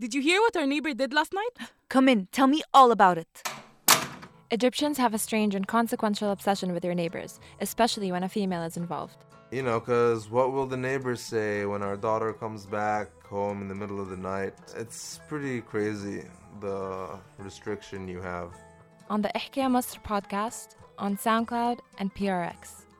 Did you hear what our neighbor did last night? Come in, tell me all about it. Egyptians have a strange and consequential obsession with their neighbors, especially when a female is involved. You know, because what will the neighbors say when our daughter comes back home in the middle of the night? It's pretty crazy, the restriction you have. On the Ihkia Masr podcast, on SoundCloud and PRX.